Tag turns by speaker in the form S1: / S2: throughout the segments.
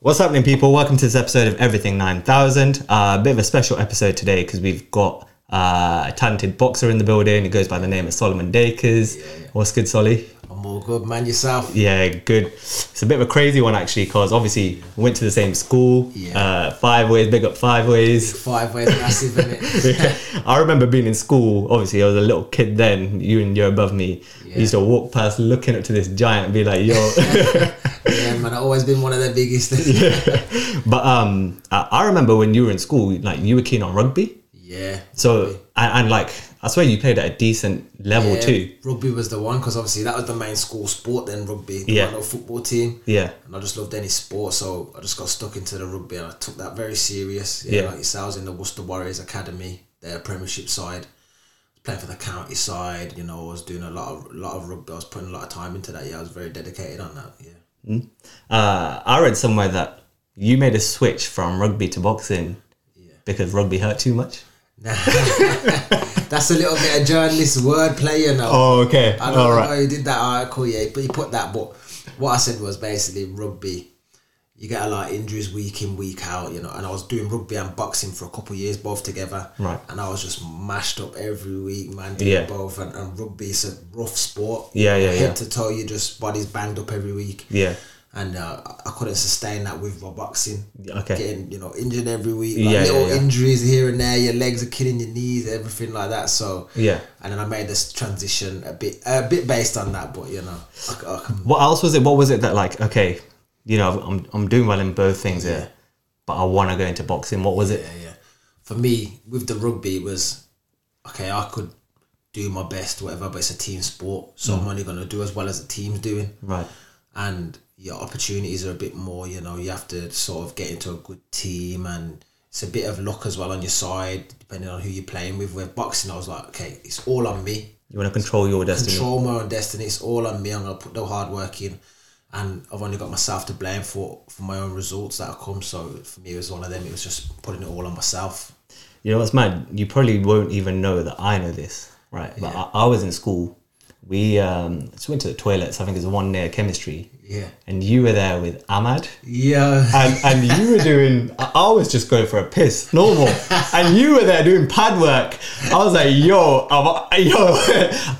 S1: What's happening, people? Welcome to this episode of Everything 9000. Uh, a bit of a special episode today because we've got uh, a talented boxer in the building. He goes by the name of Solomon Dakers. What's good, Solly?
S2: I'm all good, man. Yourself?
S1: Yeah, good. It's a bit of a crazy one, actually, because obviously we went to the same school.
S2: Yeah.
S1: Uh, five ways, big up five ways.
S2: Five ways massive, innit?
S1: I remember being in school. Obviously, I was a little kid then. You and you're above me. I used to walk past, looking up to this giant, and be like, "Yo."
S2: yeah, man. I've always been one of the biggest. yeah.
S1: but um, I, I remember when you were in school, like you were keen on rugby. So and, and like I swear you played at a decent level
S2: Yeah,
S1: too.
S2: Rugby was the one because obviously that was the main school sport then, rugby.
S1: Yeah.
S2: Yeah. My little football team.
S1: Yeah.
S2: And I just loved any sport, so I just got stuck into the rugby and I took that very serious. Yeah.
S1: Yeah.
S2: Like yourselves in the Worcester Warriors Academy, their premiership side. Playing for the county side, you know, I was doing a lot of lot of rugby. I was putting a lot of time into that. Yeah, I was very dedicated on that. Yeah.
S1: Uh, I read somewhere that you made a switch from rugby to boxing because rugby hurt too much.
S2: Nah. That's a little bit of journalist wordplay, you know.
S1: Oh, okay.
S2: I don't know how he did that article, yeah, but he put that. But what I said was basically rugby. You get a lot of injuries week in, week out, you know. And I was doing rugby and boxing for a couple of years, both together.
S1: Right.
S2: And I was just mashed up every week, man. Doing
S1: Yeah.
S2: Both and, and rugby is a rough sport.
S1: Yeah, yeah,
S2: Head
S1: yeah.
S2: to toe, you just body's banged up every week.
S1: Yeah.
S2: And uh, I couldn't sustain that with my boxing.
S1: Okay.
S2: Getting you know injured every week, like
S1: Yeah, yeah,
S2: little
S1: yeah.
S2: injuries here and there. Your legs are killing your knees, everything like that. So
S1: Yeah.
S2: and then I made this transition a bit a bit based on that, but you know, I, c- I can-
S1: What else was it? What was it that like? Okay, you know, I'm I'm doing well in both things here, but I want to go into boxing. What was it?
S2: yeah, yeah. For me, with the rugby it was okay. I could do my best, whatever, but it's a team sport,
S1: Mm.
S2: so I'm only gonna do as well as the team's doing.
S1: Right.
S2: and your opportunities are a bit more. You know, you have to sort of get into a good team, and it's a bit of luck as well on your side, depending on who you're playing with. With boxing, I was like, okay, it's all on me.
S1: You want to control your destiny.
S2: Control my own destiny. It's all on me. I'm gonna put the hard work in, and I've only got myself to blame for for my own results that have come. So for me, it was one of them. It was just putting it all on myself.
S1: You know what's mad? You probably won't even know that I know this, right? But I, I was in school. We um, just went to the toilets. I think it was one near chemistry,
S2: Yeah.
S1: and you were there with Ahmad,
S2: Yeah.
S1: and and you were doing. I I was just going for a piss, normal, and you were there doing pad work. I was like, yo, I'm, yo,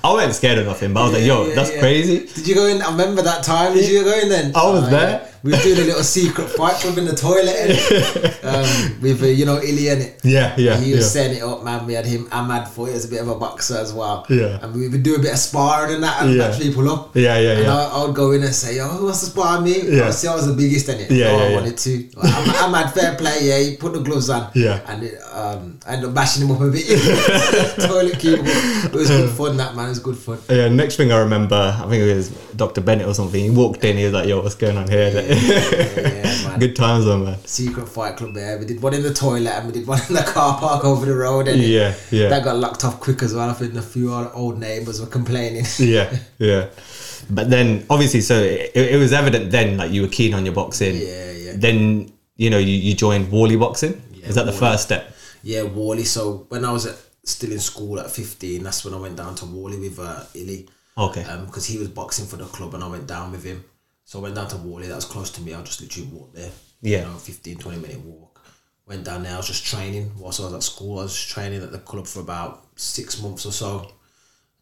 S1: I wasn't scared or nothing, but I was like, yo,
S2: yeah,
S1: that's
S2: yeah.
S1: crazy.
S2: Did you go in? I remember that time. Did you go in then?
S1: I was
S2: Oh,
S1: there.
S2: yeah. We were doing a little secret fight club in the toilet innit? um, with, uh, you know, Illy in it.
S1: Yeah, yeah,
S2: He
S1: yeah.
S2: was setting it up, man. We had him, Ahmad, for he was a bit of a boxer as well.
S1: Yeah.
S2: And we would do a bit of sparring and that and
S1: Yeah.
S2: match people up.
S1: Yeah, yeah,
S2: And
S1: yeah.
S2: I, I would go in and say, yo, who wants to spar me?
S1: Yeah.
S2: Obviously, I was the biggest in it.
S1: Yeah,
S2: no
S1: yeah,
S2: I
S1: yeah.
S2: wanted to. Like, Ahmad, Ahmad, fair play, yeah. He put the gloves on.
S1: Yeah.
S2: And it, um, I ended up bashing him up a bit. toilet keeper. It was good fun, that, man. It was good fun.
S1: Yeah, next thing I remember, I think it was Dr. Bennett or something. He walked in, he was like, yo, what's going on here?
S2: yeah, man.
S1: Good times, though, man.
S2: secret fight club there. We did one in the toilet and we did one in the car park over the road. And
S1: Yeah, yeah.
S2: That got locked off quick as well. I think a few our old neighbours were complaining.
S1: yeah, yeah. But then, obviously, so it, it was evident then, like you were keen on your boxing.
S2: Yeah, yeah.
S1: Then you know you, you joined Wally Boxing. Is that the first step?
S2: yeah, Worley. So when I was at, still in school at 15, that's when I went down to Worley with uh, Illy.
S1: Okay.
S2: Because Um, he was boxing for the club and I went down with him. So I went down to Worley. That was close to me. I just literally walked there.
S1: Yeah.
S2: You know, 15, 20 minute walk. Went down there. I was just training. Whilst I was at school, I was training at the club for about six months or so.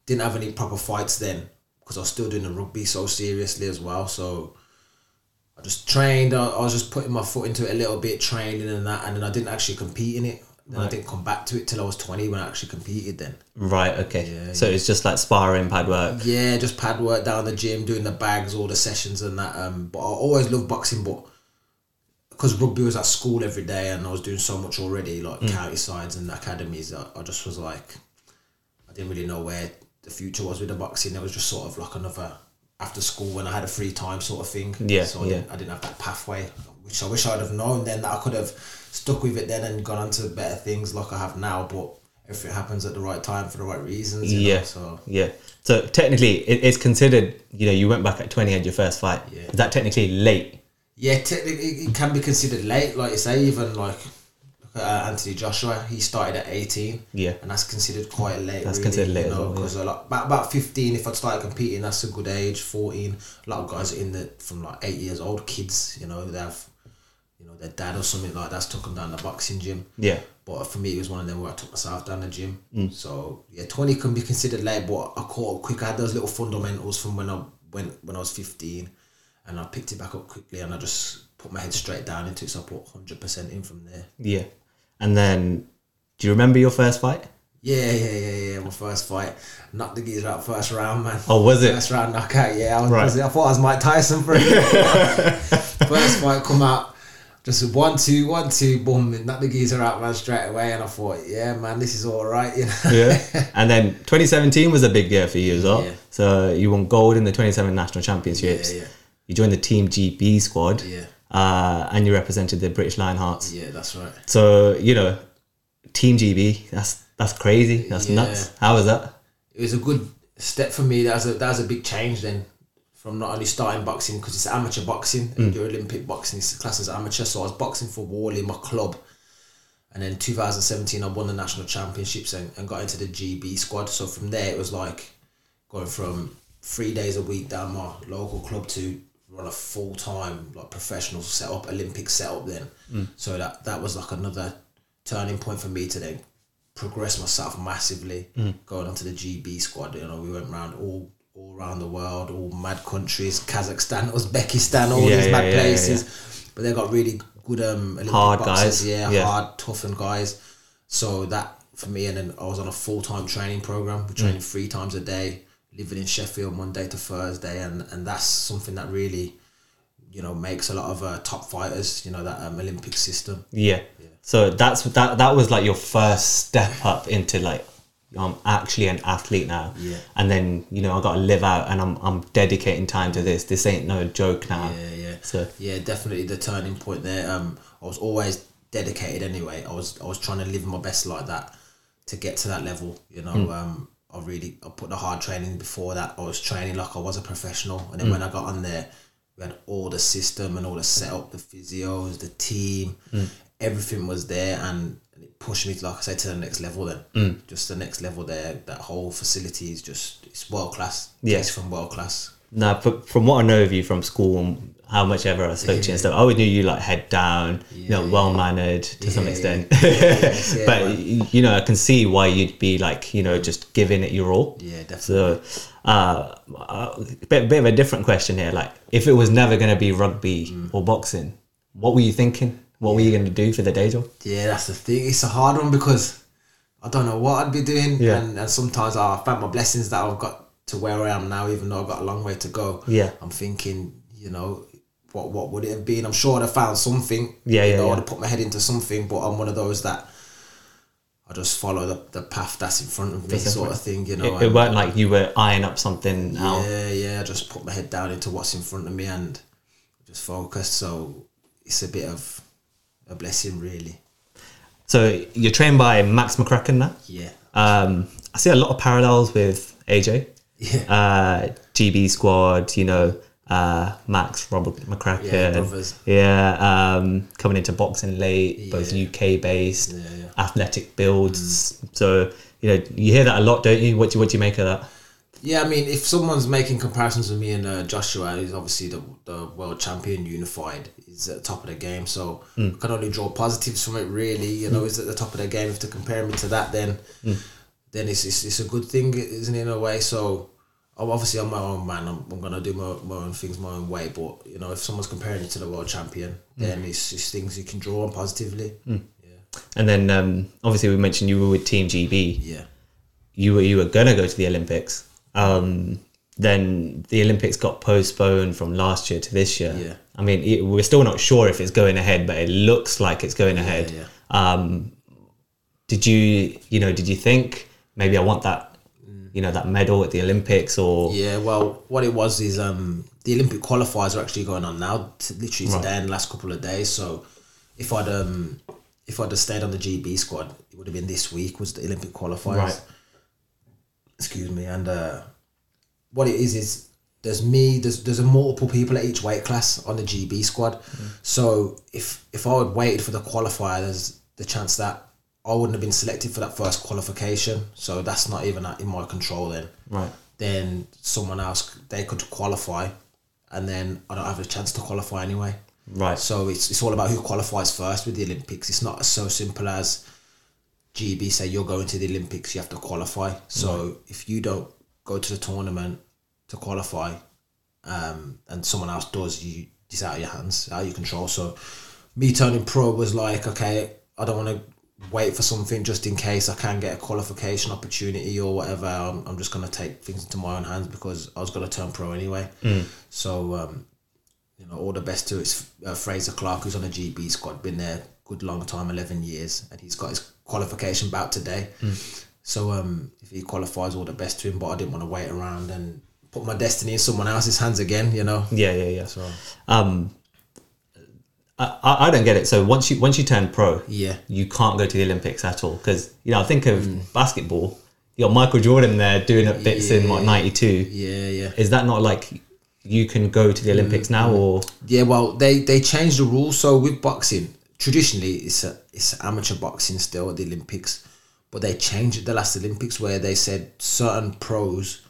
S2: didn't have any proper fights then because I was still doing the rugby so seriously as well. So I just trained. I, I was just putting my foot into it a little bit, training and that, and then I didn't actually compete in it. Then I didn't come back to it till I was twenty when I actually competed. Then
S1: Right. Okay. so it's just like sparring, pad work.
S2: yeah, just pad work down the gym, doing the bags, all the sessions and that. Um, but I always loved boxing, but because rugby was at school every day and I was doing so much already, like
S1: Mm.
S2: county sides and academies, I, I just was like, I didn't really know where the future was with the boxing. It was just sort of like another after school when I had a free time sort of thing.
S1: Yeah,
S2: So I,
S1: yeah.
S2: Didn't, I didn't have that pathway, which I wish I'd have known then that I could have stuck with it then and gone on to better things like I have now. But if it happens at the right time for the right reasons, you know,
S1: Yeah.
S2: so.
S1: Yeah. So technically, it, it's considered. You know, you went back at twenty, had your first fight.
S2: Yeah.
S1: Is that technically late?
S2: Yeah, technically it can be considered late. Like you say, even like look at, uh, Anthony Joshua, he started at eighteen.
S1: Yeah.
S2: and that's considered quite late.
S1: That's
S2: really,
S1: considered late
S2: you
S1: as
S2: know,
S1: well, yeah.
S2: because a lot about, about fifteen. If I'd started competing, that's a good age. Fourteen. A lot of guys are in the from like eight years old kids. You know, they have their dad or something like that's took them down the boxing gym.
S1: Yeah.
S2: But for me, it was one of them where I took myself down the gym.
S1: Hmm.
S2: So yeah, twenty can be considered late, but I caught up quick. I had those little fundamentals from when I when when I was fifteen, and I picked it back up quickly, and I just put my head straight down into it. So I put hundred percent in from there.
S1: Yeah. And then, do you remember your first fight?
S2: Yeah, yeah, yeah, yeah. My first fight, knocked the geezer out first round, man.
S1: Oh, was it?
S2: First round knockout. Yeah, I, was,
S1: Right.
S2: was it- I thought I was Mike Tyson for a minute. First fight come out, just one two, one two, boom, and knocked the geezer out, man, straight away. And I thought, yeah, man, this is all right. You know?
S1: Yeah. and then 2017 was a big year for you as well.
S2: Yeah.
S1: So you won gold in the 27 national championships.
S2: Yeah, yeah.
S1: You joined the Team GB squad.
S2: Yeah.
S1: Uh, and you represented the British Lionhearts.
S2: yeah, that's right.
S1: So you know, Team GB. That's that's crazy. That's
S2: Yeah.
S1: nuts. How was that?
S2: it was a good step for me. That was a, that was a big change then from not only starting boxing because it's amateur boxing and your Olympic boxing is classed as amateur. So I was boxing for Warley, my club. And then 2017, I won the national championships and, and got into the GB squad. So from there, it was like going from three days a week down my local club to run a full time like professional setup, Olympic setup. Then,
S1: Mm.
S2: so that that was like another turning point for me to then progress myself massively.
S1: Mm.
S2: Going onto the GB squad, you know, we went round all all around the world, all mad countries, Kazakhstan, Uzbekistan, all
S1: Yeah,
S2: these
S1: yeah,
S2: mad
S1: yeah, yeah,
S2: places. But they got really good um Olympic
S1: Hard
S2: boxers,
S1: guys,
S2: yeah,
S1: yeah.
S2: hard, toughened guys. So that for me, and then I was on a full time training program. We trained three times a day, living in Sheffield Monday to Thursday, and and that's something that really, you know, makes a lot of uh, top fighters. You know that um, Olympic system.
S1: Yeah. So that's that. That was like your first step up into like I'm actually an athlete now.
S2: Yeah.
S1: And then you know I got to live out, and I'm I'm dedicating time to this. This ain't no joke now.
S2: Yeah, yeah.
S1: So
S2: Yeah, definitely the turning point there. Um, I was always dedicated anyway. I was I was trying to live my best like that to get to that level. You know, um, I really I put the hard training before that. I was training like I was a professional, and then when I got on there, we had all the system and all the setup, the physios, the team, everything was there, and it pushed me, like I said, to the next level. Then just the next level there. That whole facility is just it's world class.
S1: Yeah.
S2: it's from world class.
S1: now, fr- from what I know of you from school and how much ever I spoke to you and stuff, I always knew you like head down, you know, well mannered to some
S2: Yeah,
S1: extent.
S2: yeah,
S1: but
S2: man.
S1: y you know, I can see why you'd be like, you know, just giving it your all.
S2: Yeah, definitely.
S1: So, uh, a bit, bit of a different question here. Like, if it was never going to be rugby
S2: Mm.
S1: or boxing, what were you thinking? What were you going to do for the day job?
S2: Yeah, that's the thing. It's a hard one because I don't know what I'd be doing,
S1: Yeah.
S2: and, and sometimes I found my blessings that I've got to where I am now, even though I've got a long way to go.
S1: Yeah.
S2: I'm thinking, you know, what what would it have been? I'm sure I'd have found something.
S1: Yeah,
S2: you
S1: yeah,
S2: know,
S1: yeah.
S2: I'd have put my head into something, but I'm one of those that I just follow the, the path that's in front of me, sort of thing. You Oh, know,
S1: It
S2: and-
S1: weren't like you were eyeing up something now.
S2: yeah, yeah. I just put my head down into what's in front of me and just focus. So it's a bit of a blessing, really.
S1: So you're trained by Max McCracken now.
S2: Yeah.
S1: Um, I see a lot of parallels with AJ,
S2: Yeah.
S1: uh, GB Squad. You know, uh, Max Robert McCracken.
S2: Yeah, brothers.
S1: Yeah, um, coming into boxing late, both
S2: Yeah.
S1: UK based,
S2: Yeah, yeah. Mm.
S1: athletic builds. So you know, you hear that a lot, don't you? What do what do you make of that?
S2: Yeah, I mean, if someone's making comparisons with me and uh, Joshua, who's obviously the, the world champion unified, is at the top of the game. So I can only draw positives from it, really. You know, he's at the top of the game. If to compare me to that, then then it's, it's, it's a good thing, isn't it, in a way? So I'm obviously I'm my own man. I'm, I'm going to do my, my own things my own way. But, you know, if someone's comparing me to the world champion, then it's, it's things you can draw on positively. Yeah.
S1: And then um, obviously we mentioned you were with Team GB.
S2: Yeah.
S1: You were you were gonna go to the Olympics. Um, then the Olympics got postponed from last year to this year.
S2: Yeah.
S1: I mean, it, we're still not sure if it's going ahead, but it looks like it's going ahead.
S2: yeah.
S1: Um, did you you know did you think maybe I want that you know that medal at the Olympics or
S2: Yeah, well, what it was is um, the Olympic qualifiers are actually going on now, t- literally today and the last couple of days. So, if I'd um, if I'd have stayed on the GB squad, it would have been this week was the Olympic qualifiers.
S1: Right.
S2: Excuse me, and uh, what it is is there's me, there's there's a multiple people at each weight class on the GB squad. So if if I had waited for the qualifier, there's the chance that I wouldn't have been selected for that first qualification. So that's not even in my control then
S1: right?
S2: then someone else they could qualify, and then I don't have a chance to qualify anyway.
S1: Right.
S2: So it's it's all about who qualifies first with the Olympics. It's not so simple as GB say you're going to the Olympics, you have to qualify. So if you don't go to the tournament to qualify, um, and someone else does, you it's out of your hands, out of your control. So me turning pro was like, okay, I don't want to wait for something just in case I can get a qualification opportunity or whatever. I'm, I'm just gonna take things into my own hands because I was gonna turn pro anyway. So um, you know, all the best to it's uh, Fraser Clark, who's on a GB squad, been there good long time, eleven years, and he's got his qualification bout today. So um, if he qualifies, all the best to him. But I didn't want to wait around and put my destiny in someone else's hands again. You know.
S1: Yeah, yeah, yeah. Um, I, I I don't get it. So once you once you turn pro,
S2: Yeah.
S1: you can't go to the Olympics at all because you know I think of
S2: Mm.
S1: basketball. You got Michael Jordan there doing up bits in what ninety two.
S2: Yeah, yeah.
S1: Is that not like you can go
S2: Mm,
S1: to the Olympics now or
S2: Yeah, well, they they changed the rules. So with boxing, traditionally it's a, it's amateur boxing still at the Olympics, but they changed at the last Olympics where they said certain pros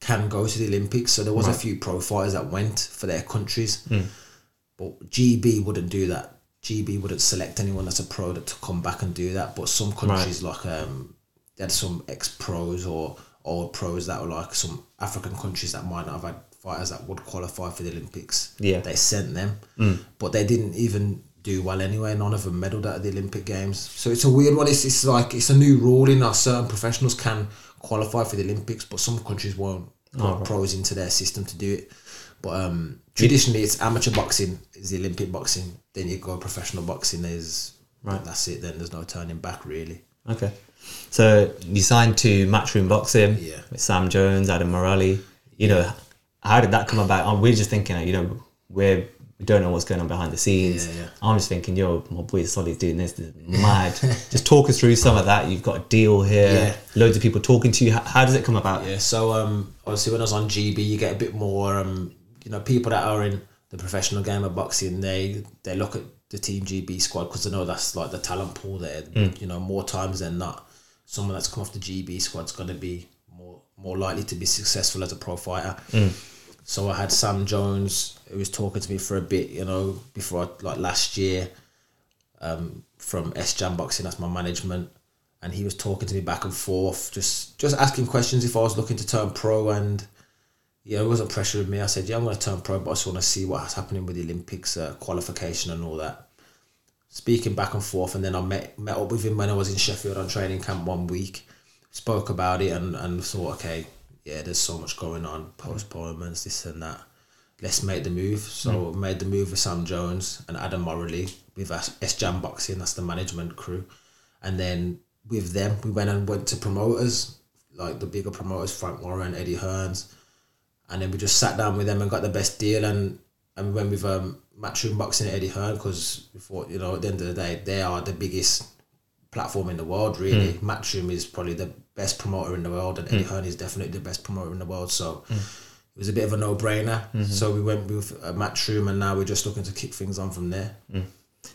S2: can go to the Olympics. So there was a few pro fighters that went for their countries, but GB wouldn't do that. GB wouldn't select anyone that's a pro that to come back and do that. But some countries like um, they had some ex pros or old pros that were like some African countries that might not have had fighters that would qualify for the Olympics
S1: Yeah.
S2: they sent them, but they didn't even do well anyway. None of them medalled at the Olympic Games, so it's a weird one. It's, it's like it's a new rule in our certain professionals can qualify for the Olympics, but some countries won't put pros into their system to do it. But um, traditionally, it's amateur boxing is the Olympic boxing. Then you go professional boxing is right. That's it. Then there's no turning back really.
S1: okay? So you signed to Matchroom Boxing
S2: Yeah.
S1: with Sam Jones, Adam Morelli. You know, how did that come about? Oh, We're just thinking, you know, we're we don't know what's going on behind the scenes.
S2: Yeah, yeah.
S1: I'm just thinking, yo, my boy Solly's doing this, this is mad. just talk us through some of that. You've got a deal here,
S2: Yeah.
S1: loads of people talking to you. How, how does it come about?
S2: Yeah, so um, obviously when I was on GB, you get a bit more um, you know, people that are in the professional game of boxing, they they look at the Team GB squad because they know that's like the talent pool there. You know, more times than not, someone that's come off the GB squad's going to be more more likely to be successful as a pro fighter. So I had Sam Jones who was talking to me for a bit, you know, before I, like last year from S Jam Boxing, that's my management, and he was talking to me back and forth, just just asking questions if I was looking to turn pro, and yeah, it wasn't pressuring me. I said, yeah, I'm going to turn pro, but I just want to see what's happening with the Olympics uh, qualification and all that. Speaking back and forth, and then I met met up with him when I was in Sheffield on training camp one week. Spoke about it and and thought, okay, yeah, there's so much going on, postponements, this and that. Let's make the move. So made the move with Sam Jones and Adam Morley with us- S Jam Boxing. That's the management crew, and then with them we went and went to promoters like the bigger promoters, Frank Warren, Eddie Hearns and then we just sat down with them and got the best deal and and we went with um, Matchroom Boxing and Eddie Hearn because we thought you know at the end of the day they are the biggest platform in the world really Matchroom is probably the best promoter in the world and Eddie Hearn is definitely the best promoter in the world so it was a bit of a no brainer so we went with uh, Matchroom and now we're just looking to kick things on from there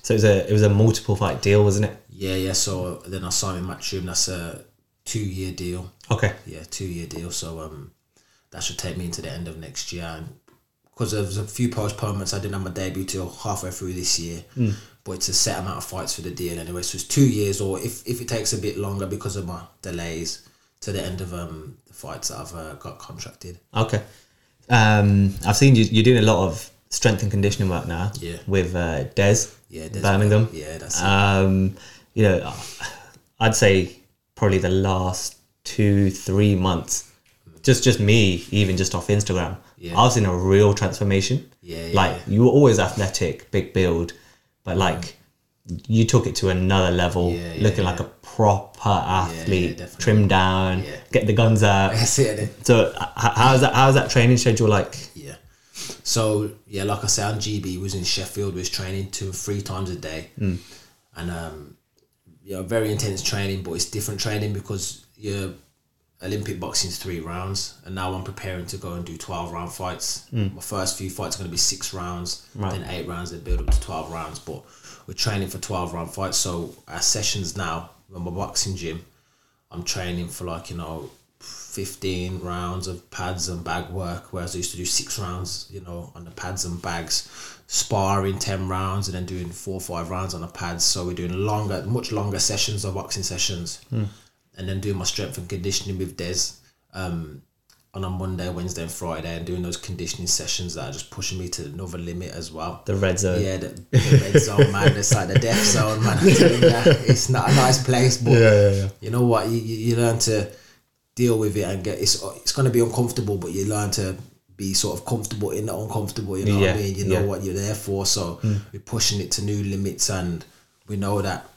S1: So it was a it was a multiple fight deal, wasn't it?
S2: yeah yeah so then I signed with Matchroom that's a two year deal
S1: Okay.
S2: yeah, two year deal. So um, that should take me into the end of next year. And because there's a few postponements, I didn't have my debut till halfway through this year. But it's a set amount of fights for the deal anyway. So it's two years, or if, if it takes a bit longer because of my delays, to the end of um the fights that I've uh, got contracted.
S1: Okay. Um, I've seen you, you're doing a lot of strength and conditioning work now
S2: Yeah.
S1: with uh, Des,
S2: Yeah, Des-
S1: Birmingham.
S2: Yeah, that's
S1: Um, you know, I'd say probably the last two, three months, just just me, even just off Instagram,
S2: Yeah.
S1: I was in a real transformation.
S2: Yeah, yeah,
S1: like you were always athletic, big build, but like you took it to another level,
S2: Mm. Yeah, yeah,
S1: looking like a proper athlete,
S2: definitely.
S1: trimmed down,
S2: Yeah.
S1: get the guns out.
S2: That's it. innit?
S1: So h- how's that? How's that training schedule like?
S2: Yeah. So yeah, like I said, on GB was in Sheffield. Was training two, three times a day, and um, you know, very intense training. But it's different training because your Olympic boxing's three rounds, and now I'm preparing to go and do twelve round fights. My first few fights are going to be six rounds, then eight rounds, then build up to twelve rounds. But we're training for twelve round fights. So our sessions now, in my boxing gym, I'm training for like you know 15 rounds of pads and bag work, whereas I used to do six rounds, you know, on the pads and bags, sparring 10 rounds and then doing four or five rounds on the pads. So we're doing longer, much longer sessions of boxing sessions and then doing my strength and conditioning with Des um, on a Monday, Wednesday, and Friday and doing those conditioning sessions that are just pushing me to another limit as well.
S1: The red zone.
S2: Yeah, the, the red zone, man. It's like the death zone, man. I'm telling you, it's not a nice place, but
S1: yeah, yeah.
S2: you know what? You, you, you learn to deal with it and get it's it's gonna be uncomfortable, but you learn to be sort of comfortable in the uncomfortable. You know
S1: Yeah,
S2: what I mean? You know
S1: yeah. Hmm.
S2: what you're there for. So we're pushing it to new limits, and we know that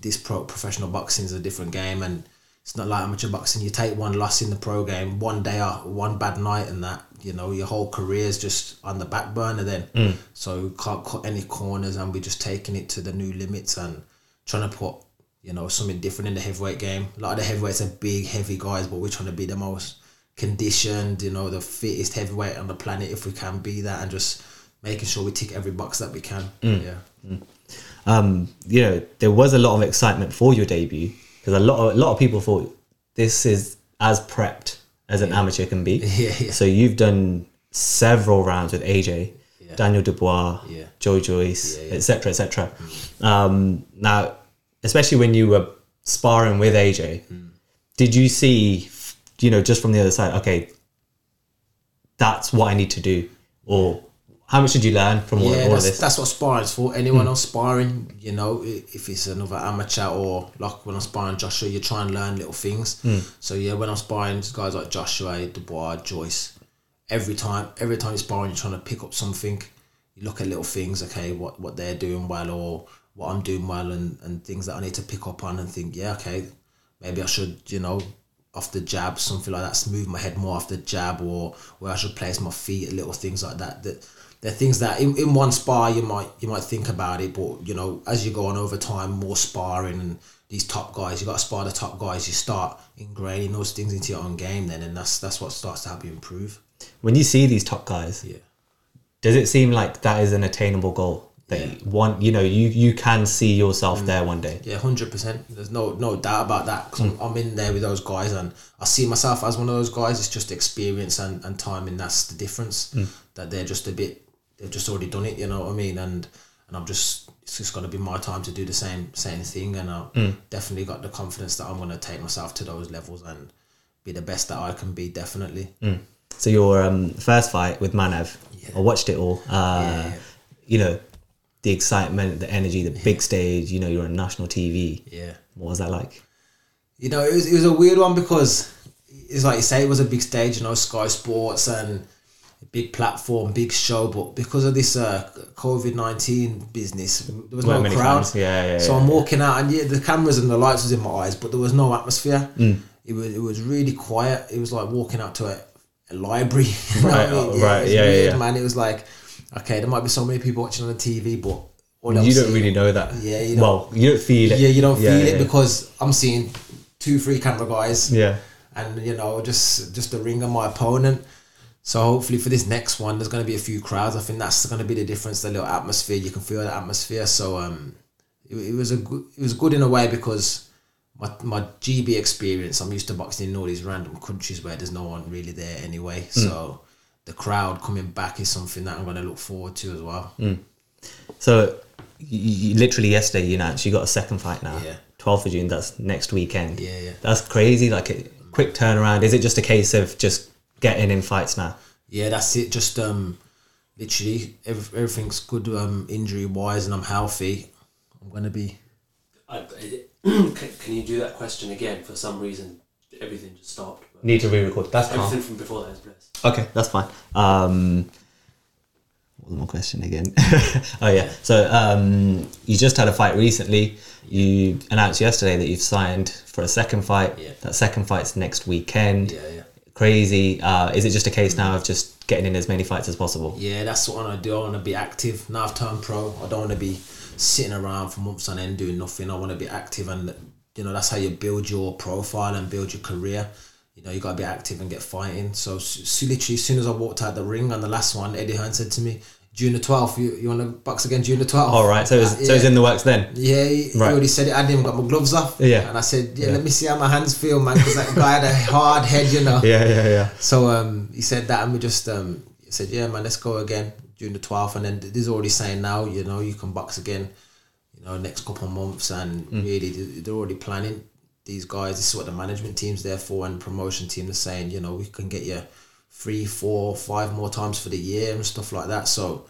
S2: this pro- professional boxing is a different game, and it's not like amateur boxing. You take one loss in the pro game, one day out, one bad night, and that you know your whole career is just on the back burner. Then, so we can't cut any corners, and we're just taking it to the new limits and trying to put you know something different in the heavyweight game. A lot of the heavyweights are big, heavy guys, but we're trying to be the most conditioned, you know, the fittest heavyweight on the planet if we can be that, and just making sure we tick every box that we can. Yeah.
S1: um, you know, there was a lot of excitement for your debut because a lot of a lot of people thought this is as prepped as an amateur can be.
S2: Yeah, yeah.
S1: So you've done several rounds with AJ,
S2: Yeah.
S1: Daniel Dubois,
S2: Yeah.
S1: Joe Joyce,
S2: Yeah, yeah.
S1: etc., etc. Um, now, especially when you were sparring with AJ,
S2: Hmm.
S1: did you see, you know, just from the other side? Okay, that's what I need to do, or how much did you learn from all,
S2: yeah,
S1: all of
S2: that's,
S1: this? Hmm.
S2: that's what sparring's for. Anyone else sparring, you know, i- if it's another amateur or like when I'm sparring Joshua, you try and learn little things.
S1: Hmm.
S2: So yeah, when I'm sparring guys like Joshua, Dubois, Joyce, every time, every time you're sparring, you're trying to pick up something. You look at little things, okay, what what they're doing well or what I'm doing well, and and things that I need to pick up on, and think, yeah, okay, maybe I should, you know, off the jab, something like that, move my head more off the jab, or where I should place my feet, little things like that. That they're things that in, in one spar you might you might think about it, but you know, as you go on over time, more sparring and these top guys, you got to spar the top guys. You start ingraining those things into your own game, then, and that's that's what starts to help you improve.
S1: when you see these top guys,
S2: Yeah,
S1: does it seem like that is an attainable goal that
S2: Yeah. Mm.
S1: you want you know you you can see yourself there one day
S2: yeah, hundred percent. There's no no doubt about that. i I'm, I'm in there with those guys, and I see myself as one of those guys. It's just experience and and time, and that's the difference. That they're just a bit, they've just already done it. You know what I mean? And and I'm just, it's just gonna be my time to do the same same thing. And I definitely got the confidence that I'm gonna take myself to those levels and be the best that I can be. Definitely.
S1: so your um, first fight with manav i watched it all uh,
S2: Yeah.
S1: you know the excitement the energy the big stage you know you're on national tv
S2: Yeah.
S1: what was that like
S2: you know, it was, it was a weird one because it's like you say, it was a big stage, you know, Sky Sports and a big platform, big show, but because of this uh, COVID nineteen business, there was
S1: Weren't
S2: no
S1: many
S2: crowd.
S1: fans. Yeah, yeah,
S2: So
S1: yeah,
S2: I'm walking out, and yeah, the cameras and the lights was in my eyes, but there was no atmosphere.
S1: Mm.
S2: It was it was really quiet. It was like walking out to a, a library. You know what I
S1: Right, oh,
S2: mean?
S1: right,
S2: it was
S1: yeah, yeah,
S2: weird,
S1: yeah.
S2: man. It was like, okay, there might be so many people watching on the TV, but all I'm
S1: you don't
S2: seeing-
S1: really know that
S2: Yeah, you
S1: well you don't feel it
S2: yeah, you don't feel it
S1: yeah.
S2: because I'm seeing two, three camera guys,
S1: yeah
S2: and you know, just just the ring of my opponent. So hopefully for this next one, there's going to be a few crowds. I think that's going to be the difference. The little atmosphere, you can feel the atmosphere. So um, it, it was a good, it was good in a way because my my GB experience, I'm used to boxing in all these random countries where there's no one really there anyway. So the crowd coming back is something that I'm going to look forward to as well.
S1: so you, you, literally yesterday you announced you got a second fight now
S2: Yeah.
S1: 12th of june that's next weekend
S2: Yeah, yeah.
S1: that's crazy like a quick turnaround is it just a case of just getting in fights now
S2: yeah, that's it. Just um, literally ev- everything's good um, injury wise, and I'm healthy. I'm gonna be.
S3: I, can, can you do that question again? For some reason, everything just stopped. But
S1: Need to re-record. That's fine.
S3: everything from before that is blessed.
S1: Okay, that's fine. Um, what was my question again? oh yeah. So um, you just had a fight recently. You announced yesterday that you've signed for a second fight.
S2: Yeah.
S1: That second fight's next weekend.
S2: Yeah, yeah.
S1: Crazy. Uh, is it just a case now of just getting in as many fights as possible?
S2: Yeah, that's what I want to do. I want to be active. Now I've turned pro. I don't want to be sitting around for months on end doing nothing. I want to be active, and you know that's how you build your profile and build your career. You know you got to be active and get fighting. So, so literally, as soon as I walked out the ring on the last one, Eddie Hearn said to me, June the 12th. You, you want to box again June the 12th?
S1: All Oh, right, so it's,
S2: Uh, yeah.
S1: so it's in the works then.
S2: Yeah, he, he
S1: Right.
S2: already said it. I didn't even got my gloves off.
S1: Yeah.
S2: And I said, yeah, let me see how my hands feel, man, because that guy had a hard head, you know.
S1: Yeah, yeah, yeah.
S2: So um, he said that, and we just um, said, yeah, man, let's go again June the 12th. And then th- there's already saying now, you know, you can box again, you know, next couple of months. And really, th- they're already planning these guys. This is what the management team's there for, and promotion team is saying, you know, we can get you three, four, five more times for the year and stuff like that. So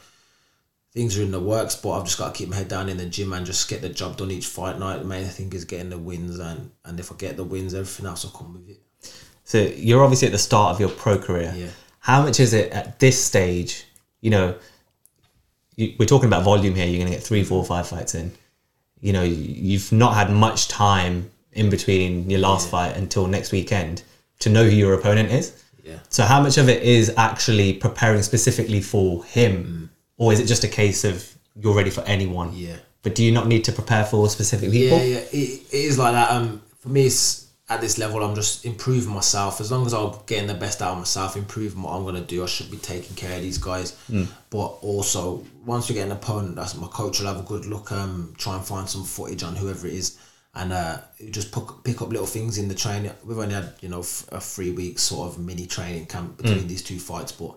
S2: things are in the works, but I've just got to keep my head down in the gym and just get the job done each fight night. The main thing is getting the wins, and, and if I get the wins, everything else will come with it.
S1: So you're obviously at the start of your pro career.
S2: Yeah.
S1: How much is it at this stage? You know, you, we're talking about volume here. You're going to get three, four, five fights in. You know, you- you've not had much time in between your last fight until next weekend to know who your opponent is.
S2: Yeah.
S1: So how much of it is actually preparing specifically for him, or is it just a case of you're ready for anyone?
S2: Mm. Yeah.
S1: But do you not need to prepare for specific people?
S2: Yeah, yeah, it, it is like that. Um, for me, it's at this level, I'm just improving myself. As long as I'm getting the best out of myself, improving what I'm gonna do, I should be taking care of these guys. But also, once we get an opponent, that's my coach will have a good look. Um, try and find some footage on whoever it is, and uh, just pick, pick up little things in the training. We've only had you know f- a three week sort of mini training camp between these two fights, but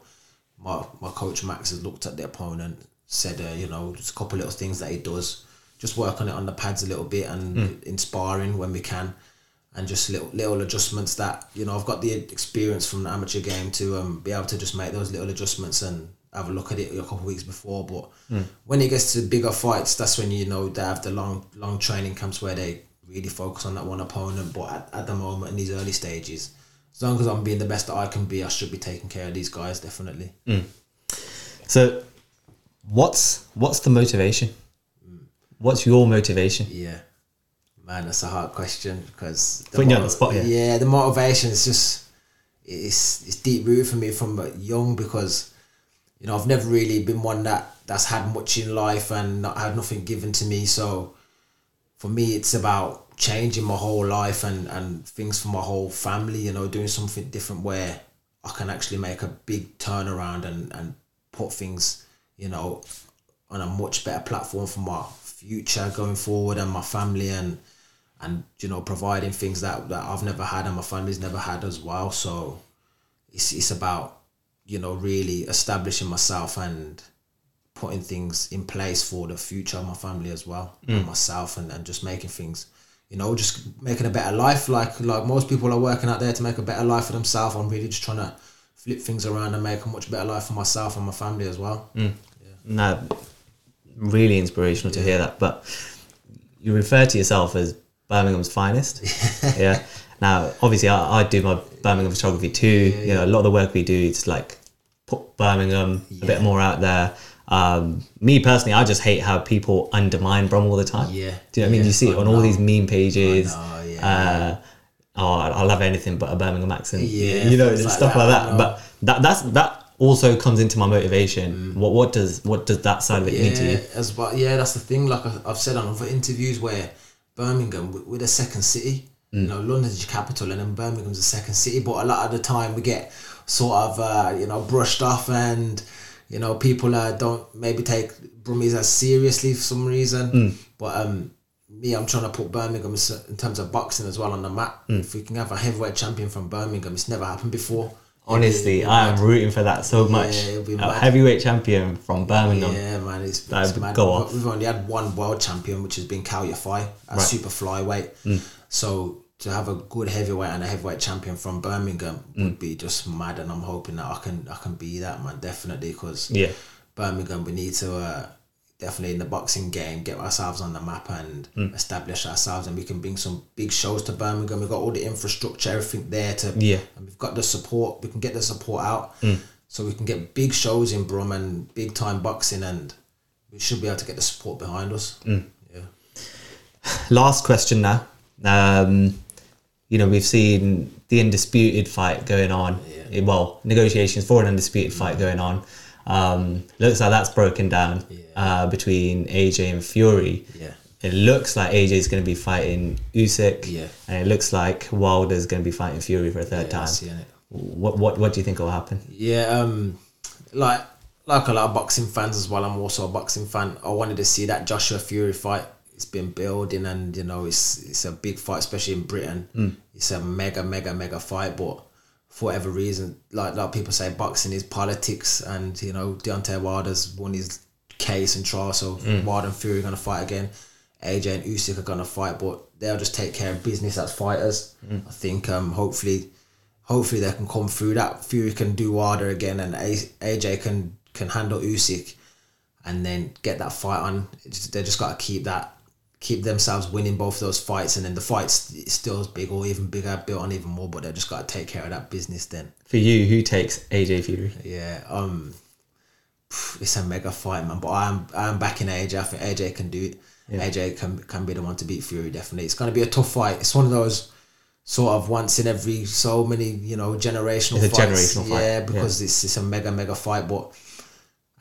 S2: my, my coach Max has looked at the opponent, said, uh, you know, just a couple little things that he does. Just work on it on the pads a little bit and in sparring when we can, and just little little adjustments that you know I've got the experience from the amateur game to um, be able to just make those little adjustments and have a look at it a couple of weeks before. But when it gets to bigger fights, that's when you know they have the long long training camps where they really focus on that one opponent. But at, at the moment in these early stages, as long as I'm being the best that I can be, I should be taking care of these guys definitely.
S1: Mm. So, what's what's the motivation? What's your motivation?
S2: Yeah, man, that's a hard question because
S1: Putting you on the spot here.
S2: Yeah, the motivation is just it's it's deep rooted for me from young because you know I've never really been one that that's had much in life and not had nothing given to me. So for me, it's about changing my whole life and and things for my whole family. You know, doing something different where I can actually make a big turnaround and and put things you know on a much better platform for my future going forward and my family and and you know providing things that, that I've never had and my family's never had as well so it's it's about you know really establishing myself and putting things in place for the future of my family as well and myself and, and just making things you know just making a better life like like most people are working out there to make a better life for themselves I'm really just trying to flip things around and make a much better life for myself and my family as well
S1: No, really inspirational to hear that. But you refer to yourself as Birmingham's finest. yeah. Now, obviously, I, I do my Birmingham photography too. You know, a lot of the work we do is like put Birmingham a bit more out there. Um, me personally, I just hate how people undermine Brum all the time.
S2: Yeah.
S1: Do you know what I mean?
S2: Yeah,
S1: You see it
S2: I
S1: on all
S2: know.
S1: these meme pages.
S2: I know, yeah,
S1: uh, Oh, I love anything but a Birmingham accent.
S2: Yeah,
S1: you know,
S2: things
S1: and
S2: like
S1: stuff
S2: that,
S1: like
S2: I
S1: that.
S2: know.
S1: But that that's that also comes into my motivation. What what does what does that side of it mean to you?
S2: as well. Mm. Yeah, that's the thing. Like I- I've said on other interviews, where Birmingham we- we're the second city. You know, London's your capital, and then Birmingham's the second city. But a lot of the time, we get sort of uh, you know brushed off, and you know people uh, don't maybe take Brummies as seriously for some reason. But um, me, I'm trying to put Birmingham s- in terms of boxing as well on the map. If we can have a heavyweight champion from Birmingham, it's never happened before.
S1: Honestly, I am rooting for that so much.
S2: it'll be
S1: A
S2: mad.
S1: heavyweight champion from Birmingham.
S2: Yeah, man, it's,
S1: That
S2: it's
S1: would
S2: mad.
S1: go
S2: We've-
S1: off.
S2: We've only had one world champion, which has been Cal Yafai, a super flyweight.
S1: Mm.
S2: So to have a good heavyweight and a heavyweight champion from Birmingham
S1: Mm.
S2: would be just mad, and I'm hoping that I can I can be that man definitely because
S1: Yeah.
S2: Birmingham we need to uh, definitely in the boxing game get ourselves on the map and
S1: Mm.
S2: establish ourselves, and we can bring some big shows to Birmingham. We've got all the infrastructure, everything there to
S1: Yeah. Mm.
S2: and we've got the support. We can get the support out, so we can get big shows in Brum and big time boxing, and we should be able to get the support behind us.
S1: Mm.
S2: Yeah,
S1: Last question now. Um, you know, we've seen the undisputed fight going on.
S2: Yeah.
S1: Well, negotiations for an undisputed fight going on. Um, looks like that's broken down
S2: Yeah.
S1: uh, between AJ and Fury.
S2: yeah,
S1: It looks like AJ is going to be fighting Usyk,
S2: Yeah.
S1: and it looks like Wilder's going to be fighting Fury for a third
S2: yeah. I'm
S1: time.
S2: seeing it.
S1: What what what do you think will happen?
S2: Yeah, um, like like a lot of boxing fans as well. I'm also a boxing fan. I wanted to see that Joshua Fury fight. It's been building, and you know, it's it's a big fight, especially in Britain. It's a mega, mega, mega fight. But for whatever reason, like like people say, boxing is politics, and you know, Deontay Wilder's won his case and trial, so Wilder and Fury are gonna fight again. AJ and Usyk are gonna fight, but they'll just take care of business as fighters. I think um, hopefully hopefully they can come through that. Fury can do Wilder again, and A- AJ can can handle Usyk, and then get that fight on. It's- They just got to keep that, keep themselves winning both those fights, and then the fight's is still as big or even bigger, built on even more. But they just got to take care of that business then.
S1: For you, who takes AJ Fury?
S2: Yeah, um, phew, it's a mega fight, man. But I'm I'm backing AJ. I think AJ can do it. AJ can can be the one to beat Fury. Definitely, it's gonna be a tough fight. It's one of those sort of once in every so many you know generational.
S1: It's a
S2: fights.
S1: generational fight,
S2: Yeah,
S1: yeah.
S2: because it's it's a mega mega fight, but.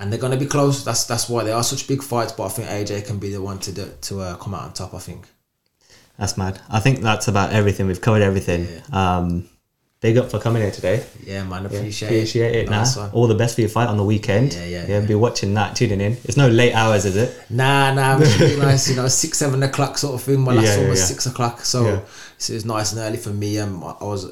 S2: And they're gonna be close. That's that's why they are such big fights. But I think AJ can be the one to do, to uh, come out on top. I think.
S1: That's mad. I think that's about everything. We've covered everything. Um, big up for coming here today.
S2: Yeah, man. Appreciate,
S1: Appreciate it. Nah.
S2: Nice one.
S1: All the best for your fight on the weekend.
S2: Yeah, yeah,
S1: Be watching that, tuning in. It's no late hours, is it?
S2: Nah, nah, it was really nice, you know, six, seven o'clock sort of thing. My last
S1: Yeah,
S2: one
S1: yeah,
S2: was
S1: yeah.
S2: six o'clock, so,
S1: Yeah.
S2: so it was nice and early for me. Um, I I was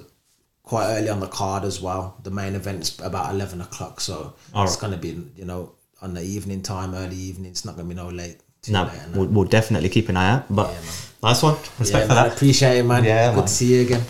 S2: quite early on the card as well. The main event's about 11 o'clock, so it's
S1: Alright.
S2: going to be, you know, on the evening time, early evening. It's not going to be no late. too
S1: No,
S2: late and that.
S1: we'll, we'll definitely keep an eye out. But nice one.
S2: yeah,
S1: Respect
S2: man,
S1: for that.
S2: appreciate it, man.
S1: Yeah,
S2: Good
S1: man.
S2: to see you again.